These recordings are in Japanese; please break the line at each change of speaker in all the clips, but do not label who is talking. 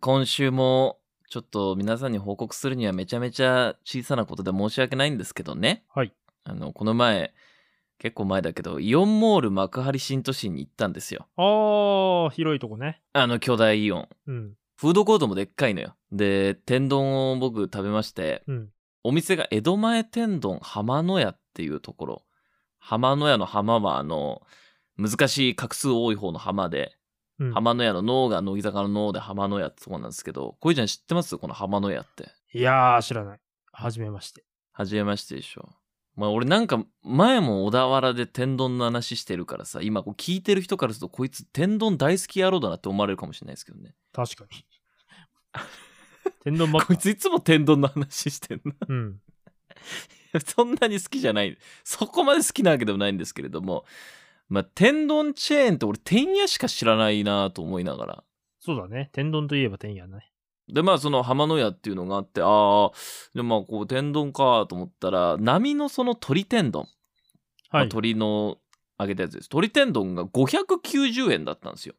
今週もちょっと皆さんに報告するにはめちゃめちゃ小さなことで申し訳ないんですけどね。
はい。
あの、この前、結構前だけど、イオンモール幕張新都心に行ったんですよ。
ああ、広いとこね。
あの巨大イオン。
うん。
フードコートもでっかいのよ。で、天丼を僕食べまして、
うん。
お店が江戸前天丼浜野屋っていうところ。浜野屋の浜はあの、難しい画数多い方の浜で、
うん、
浜野屋の脳が乃木坂の脳で浜野屋ってとこなんですけど、こいちゃん知ってますこの浜野屋って。
いやー、知らない。はじめまして。
はじめましてでしょ。まあ俺なんか前も小田原で天丼の話してるからさ、今こう聞いてる人からするとこいつ天丼大好き野郎だなって思われるかもしれないですけどね。
確かに。天丼ば っ
こ
か
い。ついつも天丼の 話してんな。
うん。
そんなに好きじゃない。そこまで好きなわけでもないんですけれども、まあ天丼チェーンって俺天屋しか知らないなと思いながら。
そうだね。天丼といえば天やね。
でまあその浜野屋っていうのがあってああでまあこう天丼かと思ったら波のその鳥天丼、まあ
はい。
鳥の揚げたやつです鳥天丼が590円だったんですよ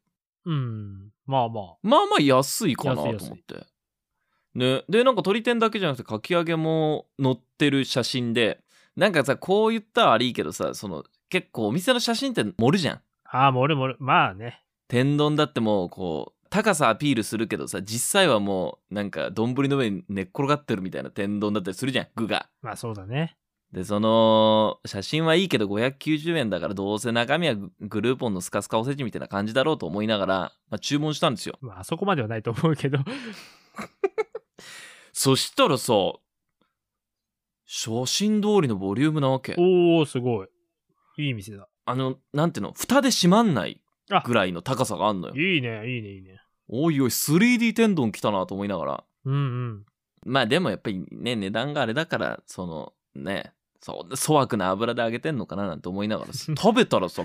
うん。まあまあ。
まあまあ安いかなと
安い
思っ
安い
てねでなんか鳥天だけじゃなくてかき揚げも載ってる写真でなんかさこう言ったら悪いけどさその結構お店の写真って盛るじゃん
ああ、もれもれ。まあね。
天丼だってもうこう高さアピールするけどさ実際はもうなんか丼の上に寝っ転がってるみたいな天丼だったりするじゃん具が。
まあそうだね。
でその写真はいいけど590円だからどうせ中身はググルーポンのスカスカおせちみたいな感じだろうと思いながら、まあ、注文したんですよ
まああそこまではないと思 うけど。
そしたらさ写真通りのボリュームなわけ
おー、すごい。いい店だ。
あのなんていうの蓋で閉まんない
あ
ぐらいの高さがあんのよ
いいね、いいね、いいね。
おいおい 3D 天丼来たなと思いながら
うんうん。
まあでもやっぱりね値段があれだからそのねそう粗悪な油で揚げてんのかななんて思いながら さ食べたらさ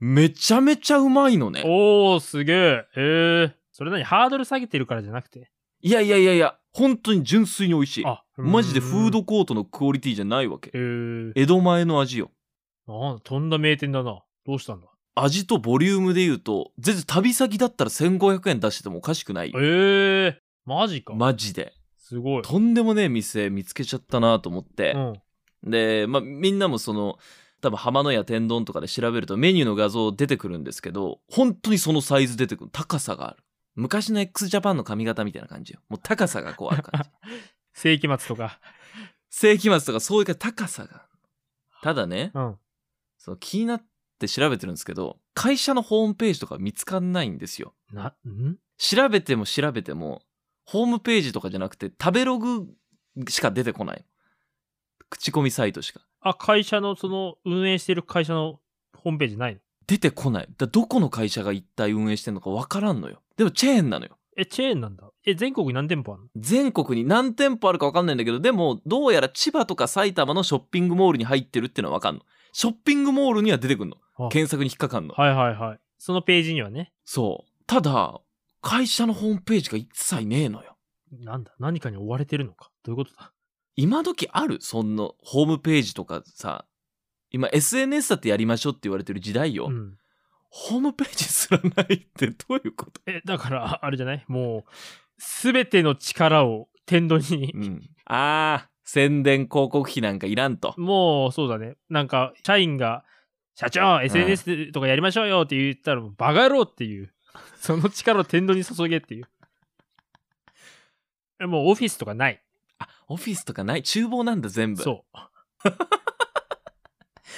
めちゃめちゃうまいのね
おー、すげえ。えー。それ何ハードル下げてるからじゃなくて。
いやいやいやいや本当に純粋に美味しい
あ、
マジでフー
うん。
ドコートのクオリティじゃないわけ
えー。
江戸前の味よ
なんとんだ名店だな。どうしたんだ
味とボリュームで言うと全然旅先だったら1500円出しててもおかしくない
ええー、マジか。
マジです
ごい。
とんでもねえ店見つけちゃったなと思って、
うん。
で、まあ、みんなもその多分浜野屋天丼とかで調べるとメニューの画像出てくるんですけど本当にそのサイズ出てくる高さがある昔の x ジャパンの髪型みたいな感じよもう高さがこうある 感じ
世紀末とか。
世紀末とかそういう高さがただね
うん。
その気になって調べてるんですけど会社のホームページとか見つかんないんですよ
な、ん
調べても調べてもホームページとかじゃなくて食べログしか出てこない口コミサイトしか
あ、会社の、その、運営してる会社のホームページないの
出てこないだどこの会社が一体運営してんのかわからんのよでもチェーンなのよ
え、チェーンなんだ。え、全国に何店舗あるの
全国に何店舗あるかわかんないんだけどでもどうやら千葉とか埼玉のショッピングモールに入ってるってのはわかんのショッピングモールには出てくんの
あ
検索に引っかかんの
はいはいはい。そのページにはね、
そうただ会社のホームページが一切ねえのよ
なんだ、何かに追われてるのか。どういうことだ。
今時あるそんなホームページとかさ今 SNS だってやりましょうって言われてる時代よ、
うん。
ホームページすらないってどういうこと、
え、だから、ああれじゃないもう、すべての力を天丼に。
うん、あー宣伝広告費なんかいらんと
もう、そうだね。なんか、社員が、社長、SNS とかやりましょうよって言ったら、バカ野郎っていう。 その力を天丼に注げっていう。えもうオフィスとかない。
あオフィスとかない厨房なんだ全部
そ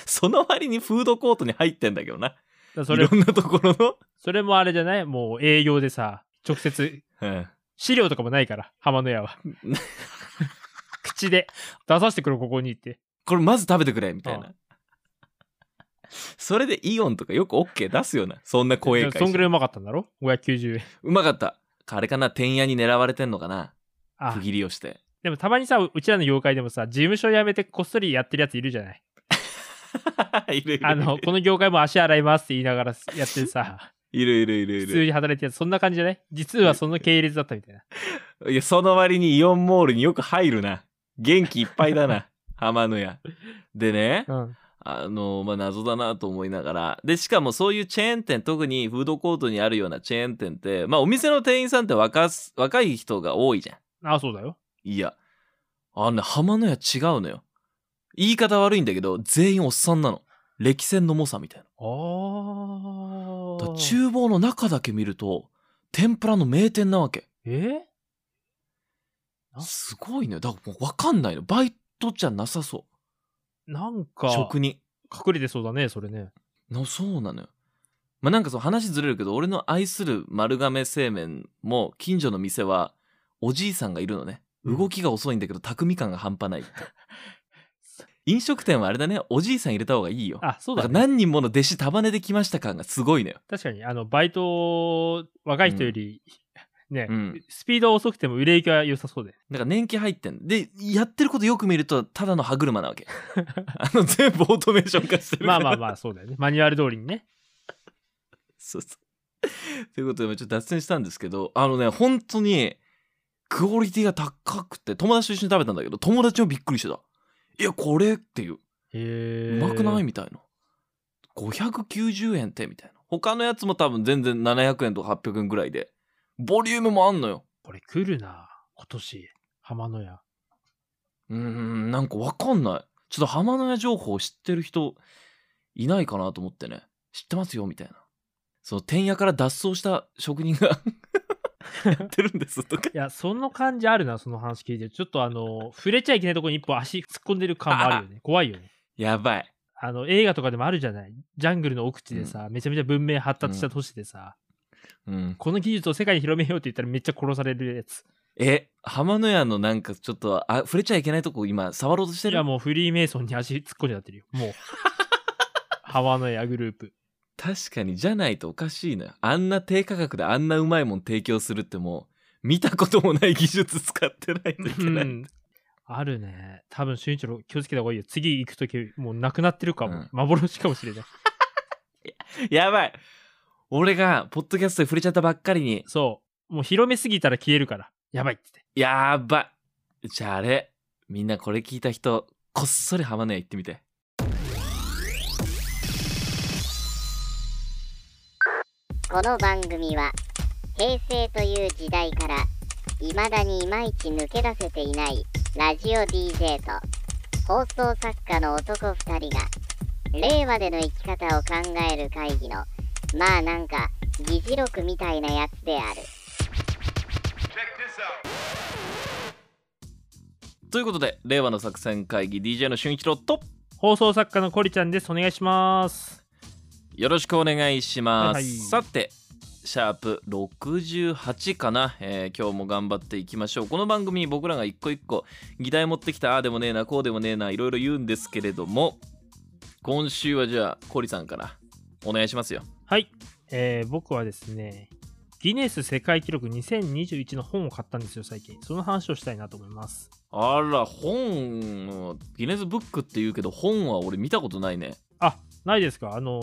その割にフードコートに入ってんだけどな
う。
い
それ
ろ、んなところ の、
それもあれじゃないもう営業でさ、直接、
うん、
資料とかもないから、浜の 屋は。口で、出させてくるここにって。
これまず食べてくれみたいな
あ
それでイオンとかよく OK 出すよなそんな声
そんぐ
会
らいうまかったんだろ ?590 円。
うまかったあれかな天屋に狙われてんのかな
あ
区、切りをして
でもたまにさ、うちらの業界でもさ、事務所辞めてこっそりやってるやついるじゃない
いるいる
あの、この業界も足洗いますって言いながらやって るさ、
いるいるいるい
普
る
通に働いてるやつ、そんな感じじゃない実はその系列だったみたいな。
いやその割にイオン モールによく入るな元気いっぱいだな浜野屋でね
うん。
あの、まあ、謎だなと思いながら。で、しかもそういうチェーン店、特にフードコートにあるようなチェーン店って、まあ、お店の店員さんって若す若い人が多いじゃん。
ああ、そうだよ。
いや、あのね、浜の屋違うのよ。言い方悪いんだけど、全員おっさんなの。歴戦の猛者みたい
あ
な。だから
あ。
厨房の中だけ見ると、天ぷらの名店なわけ。
えあ
すごいね。だからもうわかんないの。バイトじゃなさそ
なん
う。
か、
職人。
隠れてそうだね、それね。
のそうなのよ。まあなんかそう話ずれるけど俺の愛する丸亀製麺も近所の店はおじいさんがいるのね
うん
動きが遅いんだけど巧み感が半端ないって 飲食店はあれだねおじいさん入れた方がいいよ
あ、そう
だ
だ
から
ね。
何人もの弟子束ねてきました感がすごいのよ
確かに、あの、バイト、若い人より、ね、
うん
スピードは遅くても売れ行きは良さ そうで。
だから年季入ってんでやってることよく見るとただの歯車 なわけあの全部オートメーション化してるか
ま
ら
あまあまあ、そうだよね。マニュアル通りにね。
そうそう。 ということで、ちょっと脱線したんですけど、あのね、本当に、クオリティが高くて、友達と一緒に食べたんだけど、友達もびっくりしてた。いや、これっていう。う
へえ。
まくないみたいな。590円ってみたいな。他のやつも多分全然700円とか800円ぐらいで。ボリュームもあんのよ。
これ来るな、今年。浜の屋。
うーん、なんかわかんない。ちょっと浜の屋情報を知ってる人いないかなと思ってね。知ってますよみたいな。その天屋から脱走した職人が やってるんですとか
いや、その感じあるな、その話聞いて。ちょっとあの、触れちゃいけないところに一歩足突っ込んでる感もあるよね。怖いよね。
やばい。
あの、映画とかでもあるじゃない。ジャングルの奥地でさ、めちゃめちゃ文明発達した都市でさ、
うん、
この技術を世界に広めようって言ったらめっちゃ殺されるやつ。
え、浜の屋のなんかちょっとあ触れちゃいけないとこ今触ろうとして
い
る
や、もうフリーメイソンに足突っ込んじゃってるよ。 もう。ハワのエアグループ。
確かにじゃないとおかしいのよ。あんな低価格であんなうまいもん提供するってもう見たこともない技術使ってないといけない。
うんあるね。多分、俊一郎気をつけた方がいいよ。次行くとき、もうなくなってるかも。
うん
幻かもしれない。
やばい俺がポッドキャストで触れちゃったばっかりに、
そう。もう広めすぎたら消えるから。やばいって言って。
やばいじゃああれ、みんなこれ聞いた人、こっそり浜の屋行ってみて。
この番組は平成という時代から未だにいまいち抜け出せていないラジオ DJ と放送作家の男2人が令和での生き方を考える会議のまあなんか議事録みたいなやつである。
ということで、令和の作戦会議 DJ の俊一郎と、
放送作家のコリちゃんです。お願いします。
よろしくお願いします。
はいはい
さて、シャープ68かな、えー今日も頑張っていきましょう。この番組、僕らが一個一個議題持ってきた、ああでもねえな、こうでもねえな、いろいろ言うんですけれども、今週はじゃあ、コリさんからお願いしますよ。
はい。えー、僕はですね、ギネス世界記録2021の本を買ったんですよ、最近。その話をしたいなと思います。
あら、本、ギネスブックって言うけど、本は俺見たことないね。
あ、ないですかあの、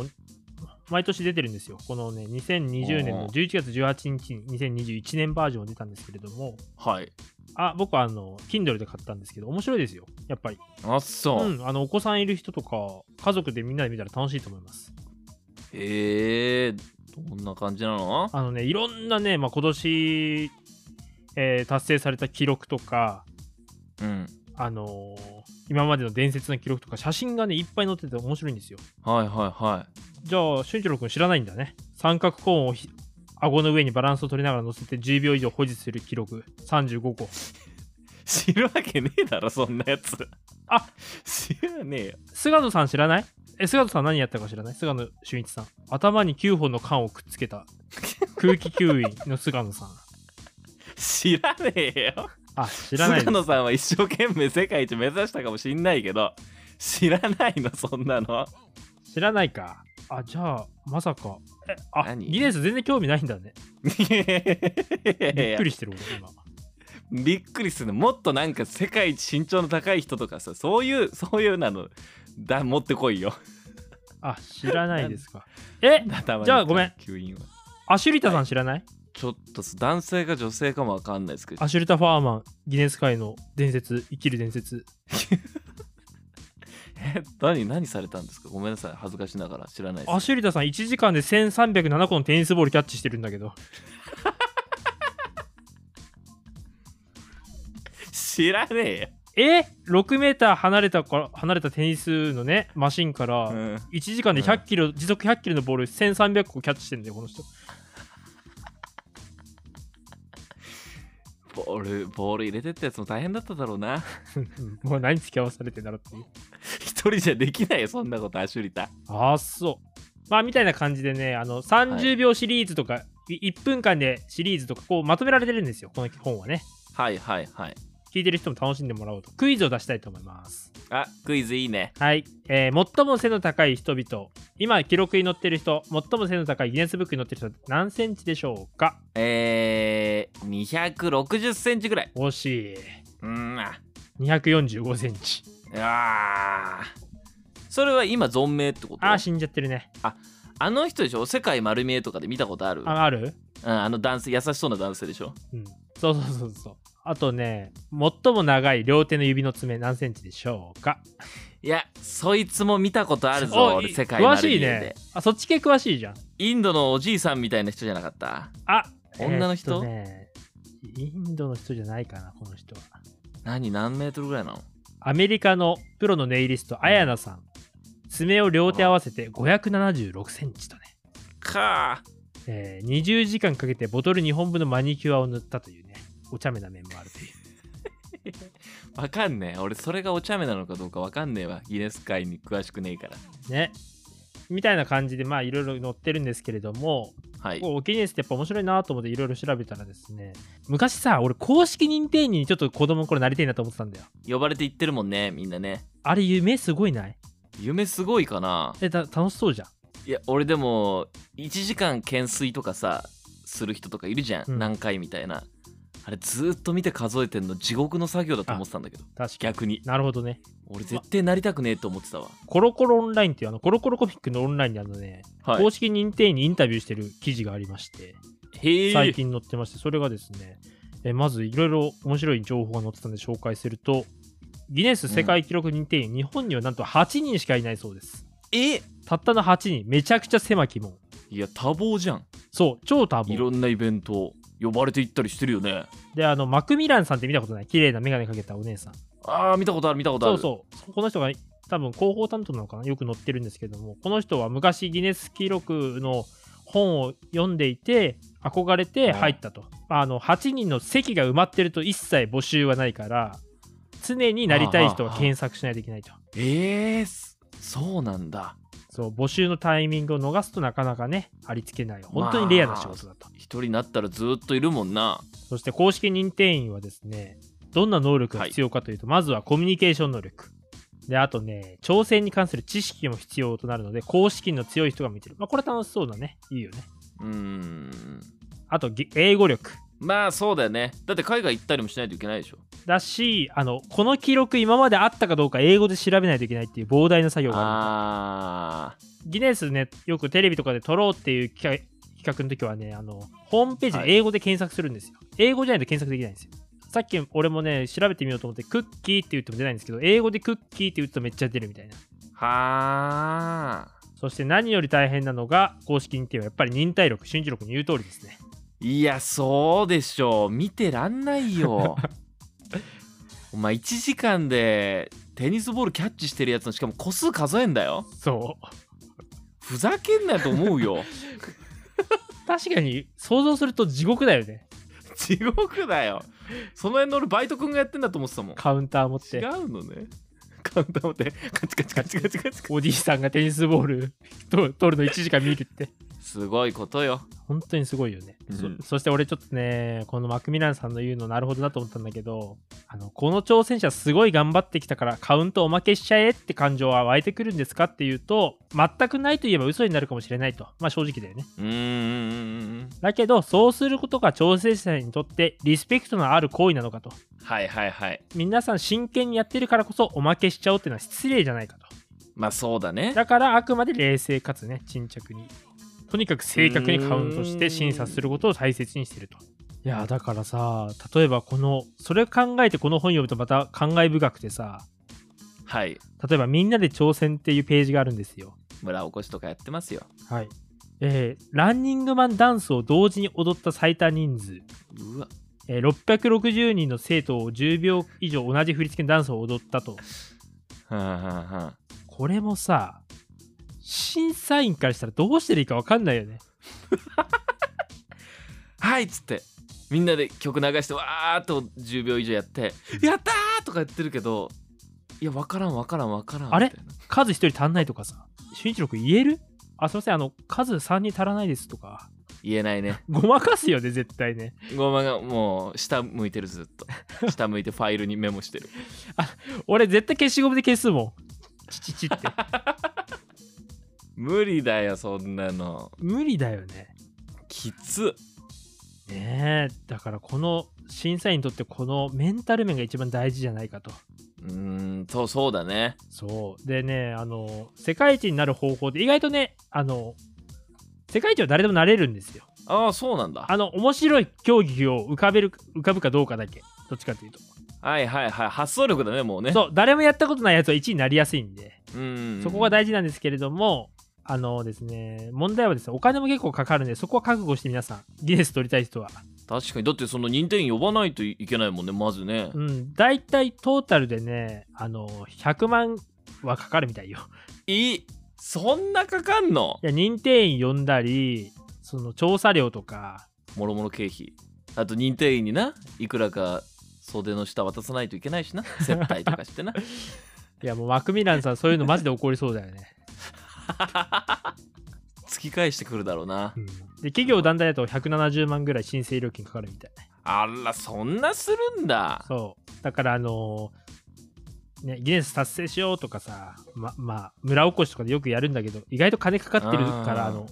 毎年出てるんですよ。このね、2020年の11月18日に2021年バージョンが出たんですけれども、
はい。
あ、僕はあの、Kindle で買ったんですけど、面白いですよ、やっぱり。
あそう。
うん、あの、お子さんいる人とか、家族でみんなで見たら楽しいと思います。
へえー、どんな感じなの
あのね、いろんなね、まあ、今年、えー達成された記録とか、
うん。
あのー今までの伝説の記録とか、写真がね、いっぱい載ってて面白いんですよ。
はいはいはい。
じゃあ、俊一郎君知らないんだね。三角コーンをひ顎の上にバランスを取りながら乗せて10秒以上保持する記録35個。
知るわけねえだろそんなやつ
あ
知らねえよ
菅野さん知らないえ、菅野さん何やったか知らない菅野俊一さん。頭に9本の缶をくっつけた空気吸引の菅野さん。
知らねえよ
あ、知らないです
菅野さんは一生懸命世界一目指したかもしんないけど知らないのそんなの
知らないか。あ、じゃあ、まさか。え、あ、
何
ギネス全然興味ないんだね。びっくりしてる俺、今。
びっくりするのもっとなんか世界一身長の高い人とかさそういうそういうなのだ持ってこいよ
あ、知らないですか。え、じゃあごめん
吸引は
アシュリタさん知らない、
ちょっと男性か女性かもわかんないですけど
アシュリタ・ファーマン、ギネス界の伝説、生きる伝説。
ええ 何何されたんですかごめんなさい恥ずかしながら知らないです
アシュリタさん1時間で1307個のテニスボールキャッチしてるんだけど
知らねえよ
え6メーター離れたから離れたテニスのねマシンから
うん
1時間で100キロ、時速100キロのボール1300個キャッチしてるんだよこの人
ボールボール入れてったやつも大変だっただろうな
もう何付き合わされてんだろうっていう
一人じゃできないよそんなことアシュリタ
ああそうまあみたいな感じでねあの30秒シリーズとか、い1分間でシリーズとかこうまとめられてるんですよこの本はね
はいはいはい
聞いてる人も楽しんでもらおうとクイズを出したいと思います
あクイズいいね
はい、えー最も背の高い人々今記録に載ってる人最も背の高いギネスブックに載ってる人何センチでしょうか
えー、260センチぐらい
惜し
うーんあ
い245センチ
あーそれは今存命ってこと
あ
あ
あ死んじゃってるね
の人でしょ世界丸見えとかで見たことある
あある
うん、あの男性優しそうな男性でしょ
うんそうそうそうそうあとね最も長い両手の指の爪何センチでしょうか
いやそいつも見たことあるぞ
お
俺
い
世界丸
詳し
見え
い
で、
ねあそっち系詳しいじゃん
インドのおじいさんみたいな人じゃなかった
あ
女の人
えーっとねインドの人じゃないかなこの人は
何何メートルぐらいなの
アメリカのプロのネイリスト、アヤナさん。爪を両手合わせて576センチとね、
かあ
えー20時間かけてボトル2本分のマニキュアを塗ったというね、お茶目な面もあるという。
わかんねえ俺それがお茶目なのかどうかわかんねえわギネス界に詳しくねえから
ね。みたいな感じで、まあ、いろいろ載ってるんですけれども、
はい
こうギネスってやっぱ面白いなと思っていろいろ調べたらですね、昔さ、俺、公式認定員にちょっと子供の頃なりたいなと思ってたんだよ。
呼ばれて行ってるもんねみんなね
あれ、夢すごいない
夢すごいかな
え、た楽しそうじゃん。
いや俺でも1時間懸垂とかさする人とかいるじゃん、
うん
何回みたいなあれずーっと見て数えてんの地獄の作業だと思ってたんだけど
確かに。
逆に
なるほどね。
俺絶対なりたくねえと思ってたわ
コロコロオンラインっていう、あの、コロコロコミックのオンラインであのね、
はい
公式認定員にインタビューしてる記事がありまして、
へえ
最近載ってまして、それがですね、えーまずいろいろ面白い情報が載ってたんで紹介すると、ギネス世界記録認定員、日本にはなんと8人しかいないそうです。
え
たったの8人、めちゃくちゃ狭き門。
いや多忙じゃん
そう、超
い
多忙。
ろんなイベント呼ばれて行ったりしてるよね
で、あの、マクミランさんって見たことない、綺麗な眼鏡かけたお姉さん。
あー見たことある見たことあ
そ
る
うそう、この人が多分広報担当なのかな、よく載ってるんですけども、この人は昔ギネス記録の本を読んでいて、憧れて入ったと。まああの8人の席が埋まってると一切募集はないから、常になりたい人は検索しないといけないと。
えー、すそうなんだ
そう募集のタイミングを逃すとなかなかね、ありつけない、本当にレアな仕事だと。
一人になったらずーっといるもんな
そして公式認定員はですね、どんな能力が必要かというと、まずはコミュニケーション能力。で、あとね、挑戦に関する知識も必要となるので、公式の強い人が見てる。まあ、これ楽しそうだね。いいよね。
うーん
あと、げ英語力。
まあそうだよねだって海外行ったりもしないといけないでしょ
だし、あの、この記録今まであったかどうか英語で調べないといけないっていう膨大な作業がある。
あ
ギネスね、よくテレビとかで撮ろうっていう企画企画の時はね、あの、ホームページ
は
で
い
英語で検索するんですよ。英語じゃないと検索できないんですよ。さっき俺もね、調べてみようと思って、クッキーって言っても出ないんですけど、英語でクッキーって言うとめっちゃ出るみたいな。
ーはあ
そして何より大変なのが、公式認定はやっぱり忍耐力、瞬時力の言う通りですね。
いやそうでしょう見てらんない よお前1時間でテニスボールキャッチしてるやつのしかも個数数えんだよ
そう。
ふざけんなと思うよ
確かに、想像すると地獄だよね。
地獄だよその辺の俺バイト君がやってんだと思ってたもん
カウンター持っ
違
て。
うのねカウンター持ってカチカチカチカチカチカチ
おじいさんがテニスボールと取るの1時間見るって。
すごいことよ
本当にすごいよね、
うん
そそして俺ちょっとねこのマクミランさんの言うのなるほどなと思ったんだけどあのこの挑戦者すごい頑張ってきたからカウントおまけしちゃえって感情は湧いてくるんですかっていうと全くないと言えば嘘になるかもしれないとまあ正直だよね
うーん
だけどそうすることが挑戦者にとってリスペクトのある行為なのかと
はいはいはい
皆さん真剣にやってるからこそおまけしちゃおうっていうのは失礼じゃないかと
まあそうだね
だからあくまで冷静かつね沈着にとにかく正確にカウントし
うーん
て審査することを大切にしてるといやーだからさ例えばこのそれ考えてこの本読むとまた感慨深くてさ
はい
例えば「みんなで挑戦」っていうページがあるんですよ。
村おこしとかやってますよ
はいえーランニングマンダンスを同時に踊った最多人数、
うわ
えー660人の生徒を10秒以上同じ振り付けのダンスを踊ったと
はんはんはん
これもさ審査員からしたらどうしていいか分かんないよね
はいっつってみんなで曲流してわーっと10秒以上やって「やったー!」とかやってるけどいや分からん分からん分からん
あれ
みたいな
数一人足んないとかさ俊一郎君言えるあすいませんあの数3人足らないですとか
言えないね
ごまかすよね絶対ね
ごまがもう下向いてるずっと下向いてファイルにメモしてる
俺絶対消しゴムで消すもんチチチって
無理だよそんなの
無理だよね
きつ
ねえだからこの審査員にとってこのメンタル面が一番大事じゃないかと
うーんそうそうだね
そうでねあの世界一になる方法で意外とねあの世界一は誰でもなれるんですよ
ああそうなんだ
あの面白い競技を浮かべる浮かぶかどうかだけどっちかというと
はいはいはい発想力だねもうね
そう誰もやったことないやつは1位になりやすいんで
うーん
そこが大事なんですけれども、あのですね、問題はですね、お金も結構かかるんで、そこは覚悟して皆さん、ギネス取りたい人は。
確かにだってその認定員呼ばないといけないもんねまずね
うん、大体トータルでね、あの、100万はかかるみたいよ。
いいそんなかかんの
いや、認定員呼んだり、その調査料とか、
もろもろ経費あと認定員にないくらか袖の下渡さないといけないしな接待とかしてな
いや、もうマクミランさん、そういうのマジで怒りそうだよね。
突き返してくるだろうな
うん、で、企業団体だと170万ぐらい申請料金かかるみたい。
あらそんなするんだ
そう。だから、あのーね、ギネス達成しようとかさ、ま、まあ、村おこしとかでよくやるんだけど、意外と金かかってるか
あー
ら、あの、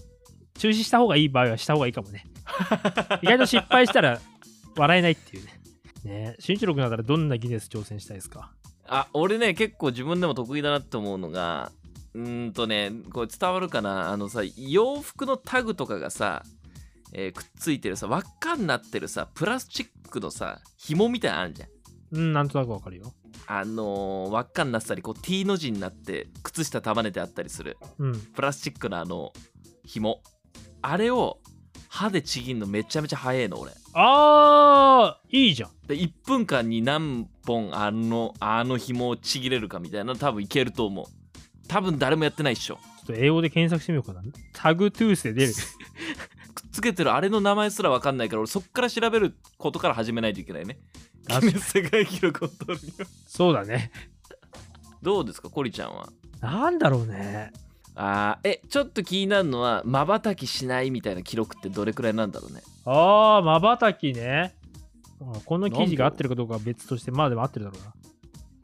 中止した方がいい場合はした方がいいかも ね。意外と失敗したら笑えないっていうね。ね新一郎君だったらどんなギネス挑戦したいですか
あ俺ね結構自分でも得意だなって思うのがうーんとねこれ伝わるかなあのさ洋服のタグとかがさ、えーくっついてるさ輪っかになってるさプラスチックのさ紐みたいなのあるじゃん
うん、なんとなくわかるよ。
あのー輪っかになってたりこう T の字になって靴下束ねてあったりする
うん。
プラスチックのあの紐あれを歯でちぎんのめちゃめちゃ早いの俺
あー、いいじゃん。
で1分間に何本あのあの紐をちぎれるかみたいな多分いけると思う多分誰もやってないっしょ
ちょっと英語で検索してみようかな。タグトゥースで 出る。
くっつけてるあれの名前すら分かんないから俺そっから調べることから始めないといけないね
確か
ギ
に
ネス世界記録を取るには
そうだね。
どうですかコリちゃんは
なんだろうね。
あーえちょっと気になるのはまばたきしないみたいな記録ってどれくらいなんだろうね
ああ、まばたきね。あこの記事が合ってるかどうかは別として、まあでも合ってるだろうな。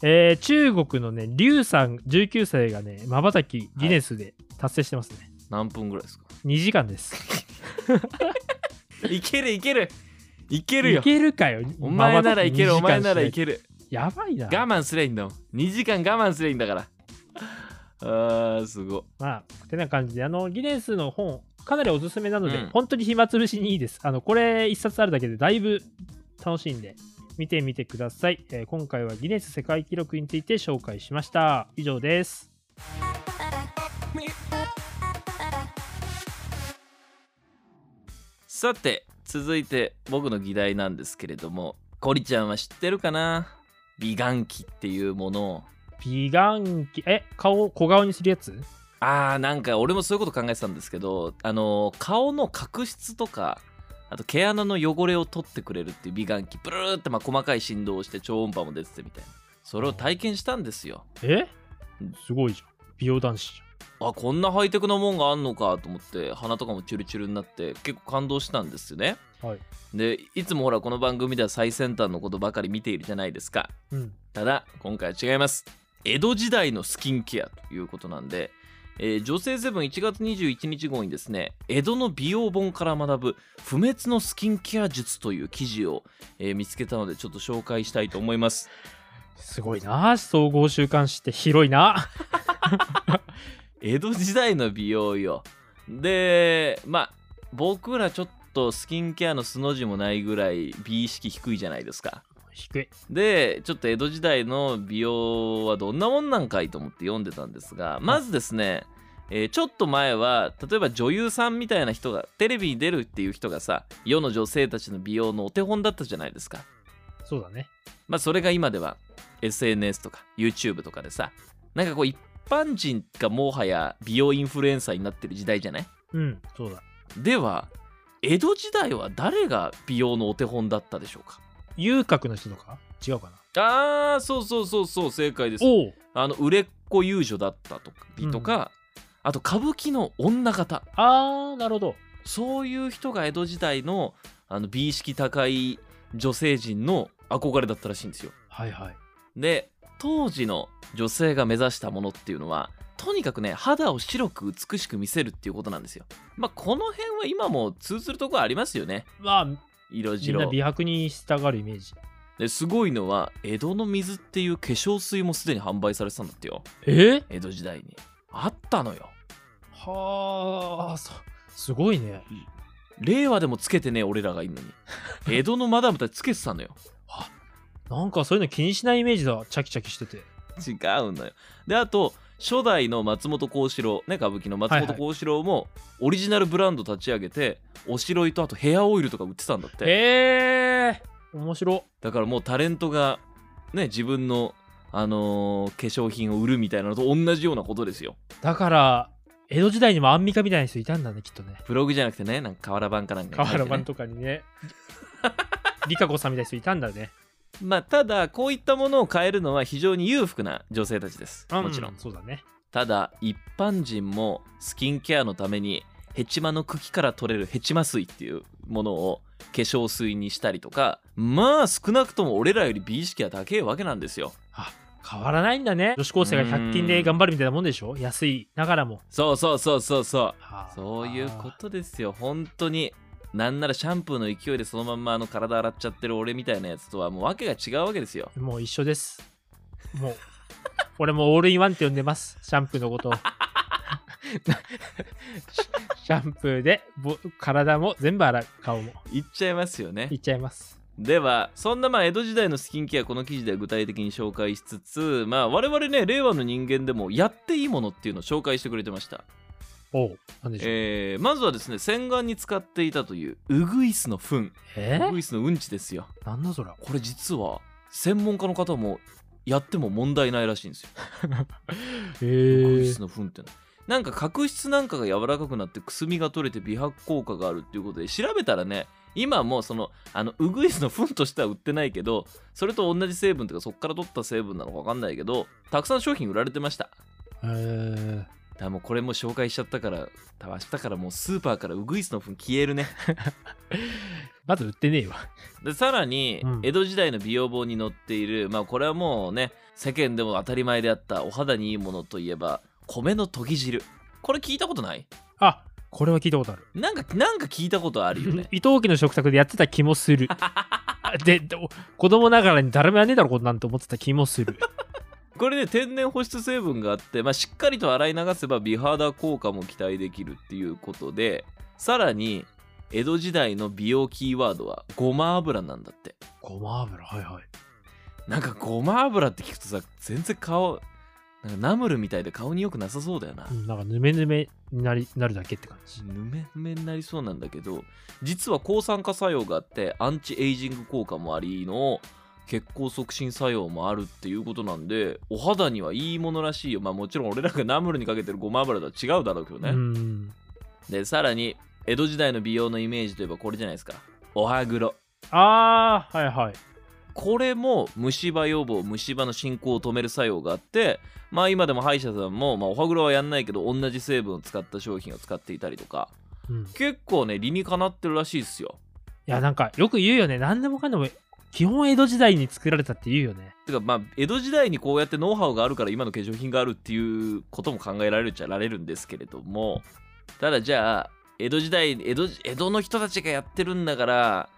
えー中国のね、リュウさん19歳がね、まばたきギネスで達成してますね。
何分ぐらいですか
2時間です。
いけるいけるいけるよ
いけるかよ。
お前ならいけるお前ならい
る。
ける
やばいな。
我慢すりゃいいんだもん2時間我慢すりゃいいんだから あーすごい
まあ、てな感じで、あの、ギネスの本、かなりおすすめなので、
うん
本当に暇つぶしにいいです。あの、これ一冊あるだけでだいぶ楽しいんで、見てみてください。えー今回はギネス世界記録について紹介しました。以上です。
さて続いて僕の議題なんですけれどもコリちゃんは知ってるかな美顔器っていうものを
美顔器え顔を小顔にするやつ
あーなんか俺もそういうこと考えてたんですけどあの顔の角質とかあと毛穴の汚れを取ってくれるっていう美顔器ブルーってまあ細かい振動をして超音波も出ててみたいなそれを体験したんですよ
えすごいじゃん美容男子じ
あこんなハイテクなもんがあんのかと思って鼻とかもチュルチュルになって結構感動したんですよね
ゃんはい
でいつもほらこの番組では最先端のことばかり見ているじゃないですか
うん
ただ今回は違います江戸時代のスキンケアということなんで、えー女性セブン1月21日号にですね江戸の美容本から学ぶ不滅のスキンケア術という記事を、えー見つけたのでちょっと紹介したいと思います
すごいな総合週刊誌って広いな
江戸時代の美容よでまあ僕らちょっとスキンケアの素の字もないぐらい美意識低いじゃないですか
低い。
でちょっと江戸時代の美容はどんなもんなんかいと思って読んでたんですがまずですね、えーちょっと前は例えば女優さんみたいな人がテレビに出るっていう人がさ世の女性たちの美容のお手本だったじゃないですか。
そうだね。
まあそれが今では SNS とか YouTube とかでさなんかこう一般人がもはや美容インフルエンサーになってる時代じゃない
うん、そうだ。
では江戸時代は誰が美容のお手本だったでしょうか
遊郭の人とか違うかな。
あーそうそうそうそう正解です
おお
あの売れっ子遊女だったとかとか、あと歌舞伎の女方
あー、なるほど。
そういう人が江戸時代のあの美意識高い女性陣の憧れだったらしいんですよ
はいはい。
で当時の女性が目指したものっていうのはとにかくね肌を白く美しく見せるっていうことなんですよまあこの辺は今も通ずるところありますよね
まあ、み
色
んな
白
美白に従うイメージ。
ですごいのは江戸の水っていう化粧水もすでに販売されてたんだってよ
え
江戸時代にあったのよ
はあ、そすごいね。
令和でもつけてねえ俺らがい るのに江戸のマダムたちつけてたのよ
なんかそういうの気にしないイメージだ。チャキチャキしてて。
違うのよであと初代の松本幸四郎ね歌舞伎の松
はいは
本
い
幸四郎もオリジナルブランド立ち上げておしろいとあとヘアオイルとか売ってたんだって
えー、面白。
だからもうタレントがね自分のあのー化粧品を売るみたいなのと同じようなことですよ
だから、江戸時代にもアンミカみたいな人いたんだね、きっとね。
ブログじゃなくてねなんか瓦版かなんかに書いてね
瓦版とかにね。リカ子さんみたいな人いたんだね。
まあただこういったものを変えるのは非常に裕福な女性たちです
う
もちろん
そうだね。
ただ一般人もスキンケアのためにヘチマの茎から取れるヘチマ水っていうものを化粧水にしたりとかまあ少なくとも俺らより美意識は高いわけなんですよ
変わらないんだね。女子高生が100均で頑張るみたいなもんでしょ安いながらも。
そうそうそうそうそう
はあ
そういうことですよ本当になんならシャンプーの勢いでそのまんまあの体洗っちゃってる俺みたいなやつとはもう訳が違うわけですよ
もう一緒です。もう、俺もオールインワンって呼んでます。シャンプーのことを。シャンプーでぼ体も全部洗う。顔も。
言っちゃいますよね
いっちゃいます。
ではそんなまあ江戸時代のスキンケアこの記事では具体的に紹介しつつまあ我々ね令和の人間でもやっていいものっていうのを紹介してくれてました、
おう、なんでしょう。
えーまずはですね洗顔に使っていたというウグイスの糞
え
ウグイスのうんちですよ
なんだそら。
これ実は専門家の方もやっても問題ないらしいんですよ、
え
ウグイスの糞ってのはなんか角質なんかが柔らかくなってくすみが取れて美白効果があるっていうことで調べたらね今もうそのあのウグイスの糞としては売ってないけどそれと同じ成分というかそっから取った成分なのか分かんないけどたくさん商品売られてましただか
えー、
らもうこれも紹介しちゃったから多分明日からもうスーパーからウグイスの糞消えるね
まず売ってねえわ。
でさらに
うん
江戸時代の美容本に載っている、まあこれはもうね世間でも当たり前であったお肌にいいものといえば米の研ぎ汁これ聞いたことない
あこれは聞いたことある。
なんかなんか聞いたことあるよね
伊藤家の食卓でやってた気も する。で、でも子供ながらに誰もやんねえだろ、こんなんと思ってた気もする。
これね天然保湿成分があって、まあ、しっかりと洗い流せば美肌効果も期待できるっていうことでさらに江戸時代の美容キーワードはごま油なんだって
ごま油、はいはい。
なんかごま油って聞くとさ全然顔なんかナムルみたいで顔によくなさそうだよな、
うんなんかぬめぬめになりなるだけって感じ。
ぬめぬめになりそうなんだけど実は抗酸化作用があってアンチエイジング効果もありの血行促進作用もあるっていうことなんでお肌にはいいものらしいよまあもちろん俺らがナムルにかけてるごま油とは違うだろうけどね、
うん。
でさらに江戸時代の美容のイメージといえばこれじゃないですかお歯黒
ああ、はいはい。
これも虫歯予防虫歯の進行を止める作用があってまあ今でも歯医者さんも、まあ、お歯黒はやんないけど同じ成分を使った商品を使っていたりとか
うん、い
結構ね理にかなってるらしいですよ
や、なんかよく言うよね。何でもかんでも、基本江戸時代に作られたって言うよね。
てかまあ江戸時代にこうやってノウハウがあるから今の化粧品があるっていうことも考えられるっちゃられるんですけれどもただじゃあ江戸時代江戸江戸の人たちがやってるんだから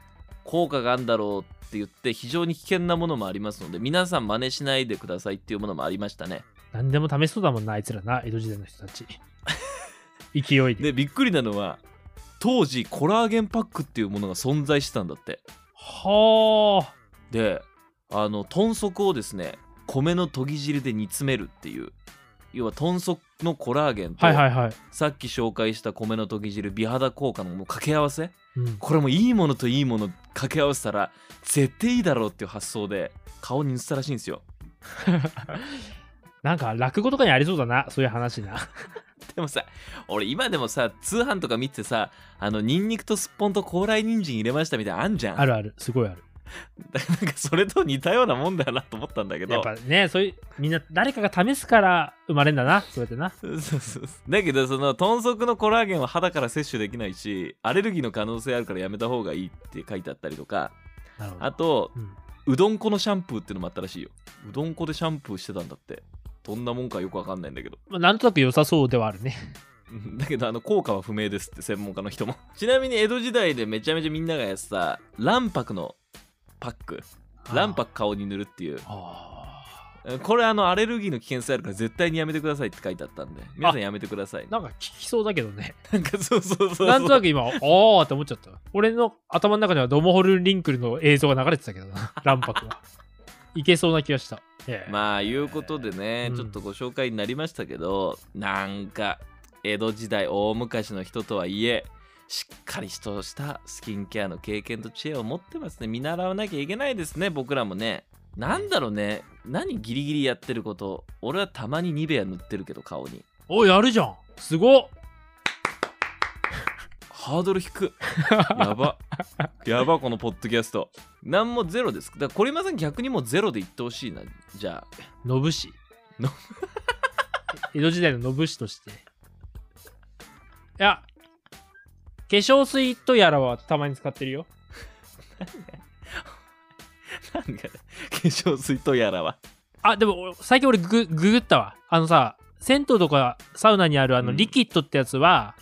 効果があるんだろうって言って非常に危険なものもありますので皆さん真似しないでくださいっていうものもありましたね
何でも試しそうだもんな、あいつらな、江戸時代の人た ち。勢いで。
でびっくりなのは当時コラーゲンパックっていうものが存在してたんだって
はあ。
であの豚足をですね米の研ぎ汁で煮詰めるっていう要は豚足のコラーゲンと、
はいはいはい。
さっき紹介した米の研ぎ汁美肌効果のもう掛け合わせ
うん、
これもいいものといいもの掛け合わせたら絶対いいだろうっていう発想で顔に塗ったらしいんですよ
なんか落語とかにありそうだな、そういう話 な。
でもさ俺今でもさ通販とか見てさあのニンニクとすっぽんと高麗人参入れましたみたいなのあんじゃん
あるある、すごいある。
だから なんかそれと似たようなもんだよなと思ったんだけ
やっ
ど
ぱね、そういう、みんな誰かが試すから生まれんだな、そうやってな。
そうそうそう だけどその豚足のコラーゲンは肌から摂取できないしアレルギーの可能性あるからやめた方がいいって書いてあったりとか
なるほど。
あと
うん、
うどん粉のシャンプーってのもあったらしいようどん粉でシャンプーしてたんだってどんなもんかよくわかんないんだけど
まあ、なんとなく良さそうではあるね。
うんだけどあの効果は不明ですって専門家の人も ちなみに江戸時代でめちゃめちゃみんながやってた卵白のパック卵白顔に塗るっていう
あ
うんこれあのアレルギーの危険性あるから絶対にやめてくださいって書いてあったんで皆さんやめてください
ー。なんか聞きそうだけどね。
なんかそうそう そうそう
なんとなく今、あーって思っちゃった。俺の頭の中にはドモホルンリンクルの映像が流れてたけど な、卵白は。いけそうな気がした。ええ
まあいうことでね、
うん
ちょっとご紹介になりましたけどなんか江戸時代大昔の人とはいえしっかりとしたスキンケアの経験と知恵を持ってますね見習わなきゃいけないですね僕らもねなんだろうね何ギリギリやってること俺はたまにニベア塗ってるけど顔に
お、やるじゃんすごっ
ハードル低っ やばやばこのポッドキャストなんもゼロですだからこれまさん逆にもうゼロで言ってほしいなじゃあ
信氏
の
江戸時代の信氏としていや化粧水とやらはたまに使ってるよ
なんか化粧水とやらは
あでも俺最近俺グググったわあのさ銭湯とかサウナにあるあの
うん
リキッドってやつは、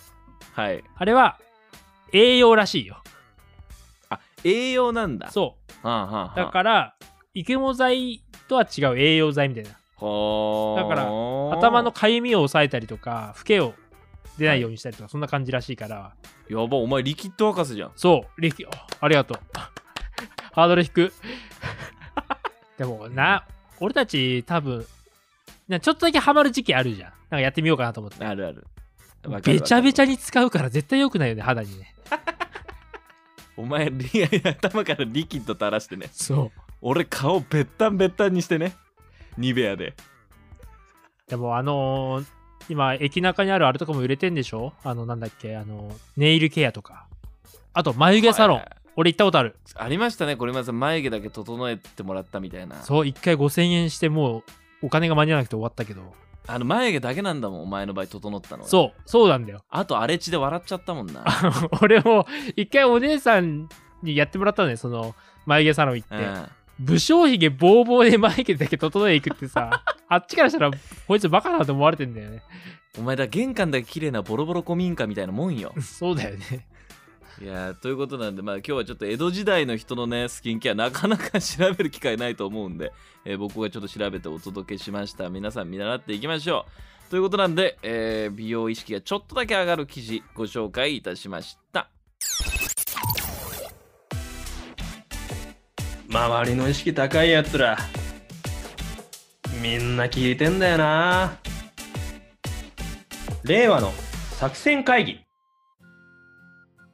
はい
あれは栄養らしいよ
あ栄養なんだ
そ
はあはあは
う
あ
だから育毛剤とは違う栄養剤みたいな
ほー
だから頭のかゆみを抑えたりとか老けを出ないようにしたりとか、そんな感じらしいから
やばお前リキッド博士じゃん
そう、リキあありがとう。 ハードル低 く。でもな、俺たち多分、なちょっとだけハマる時期あるじゃん。なんかやってみようかなと思って。
あるあるわかる
べちゃべち
ゃ
ゃに使うから絶対良くないよね、肌にね。
お前リ 頭からリキッド垂らしてね
そう。
俺顔べったんべったんにしてねニベアで
でもあのー今、駅中にあるあれとかも売れてんでしょあの、なんだっけ、あの、ネイルケアとか。あと、眉毛サロン。
はい
俺行ったことある。
ありましたねこれまず眉毛だけ整えてもらったみたいな
そう、一回5000円してもうお金が間に合わなくて終わったけど。
あの眉毛だけなんだもんお前の場合整ったのう
そう、そうなんだよ。
あと荒れ地で笑っちゃったも んな
俺も一回お姉さんにやってもらったのねその眉毛サロン行って、
うん
武将髭ボーボーで眉毛だけ整えていくってさ あっちからしたらこいつバカだと思われてんだよね
お前だ玄関だけ綺麗なボロボロ古民家みたいなもんよ
そうだよね
いやーということなんで、まあ、今日はちょっと江戸時代の人のねスキンケアなかなか調べる機会ないと思うんで、えー僕がちょっと調べてお届けしました皆さん見習っていきましょうということなんで、えー美容意識がちょっとだけ上がる記事ご紹介いたしました
周りの意識高いやつらみんな聞いてんだよな令和の作戦会議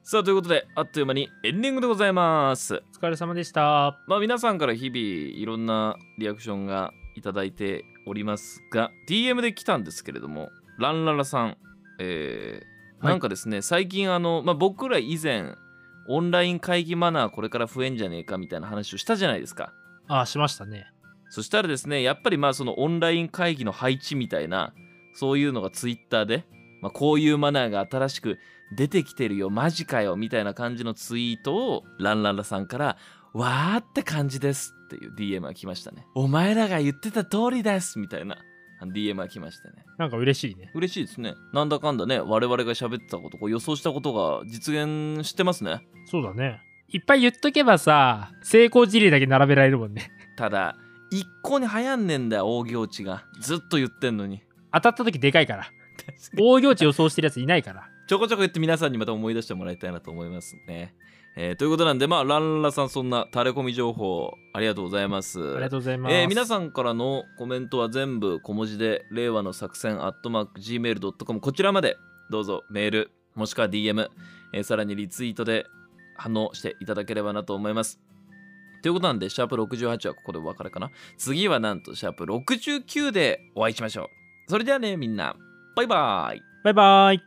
さあということであっという間にエンディングでございます
お疲れ様でした
まあ皆さんから日々いろんなリアクションがいただいておりますが DM で来たんですけれどもランララさん、えー
はい
なんかですね最近あの、まあ、僕ら以前オンライン会議マナーこれから増えんじゃねえかみたいな話をしたじゃないですか
あしましたね
そしたらですねやっぱりまあそのオンライン会議の配置みたいなそういうのがツイッターで、まあ、こういうマナーが新しく出てきてるよマジかよみたいな感じのツイートをランランラさんから「わーって感じです」っていう DM が来ましたね「お前らが言ってた通りです」みたいなあの DM が来ましてね
なんか嬉しいね
嬉しいですねなんだかんだね我々が喋ってたことこう予想したことが実現してますね
そうだねいっぱい言っとけばさ成功事例だけ並べられるもんね
ただ一向に流行んねんだよ大行地がずっと言ってんのに
当たった時でかいから大行地予想してるやついないから
ちょこちょこ言って皆さんにまた思い出してもらいたいなと思いますね。えーということなんで、まあ、ランラさん、そんな垂れ込み情報、ありがとうございます。
ありがとうございます。
えー皆
ん、
さんからのコメントは全部小文字で令和の作戦アットマーク Gmail.com こちらまでどうぞメールもしくは DM、えーさらにリツイートで反応していただければなと思いますということなんでシャープ68はここでお別れかな次はなんとシャープ69でお会いしましょうそれではねみんなバイバイ
バイバイ。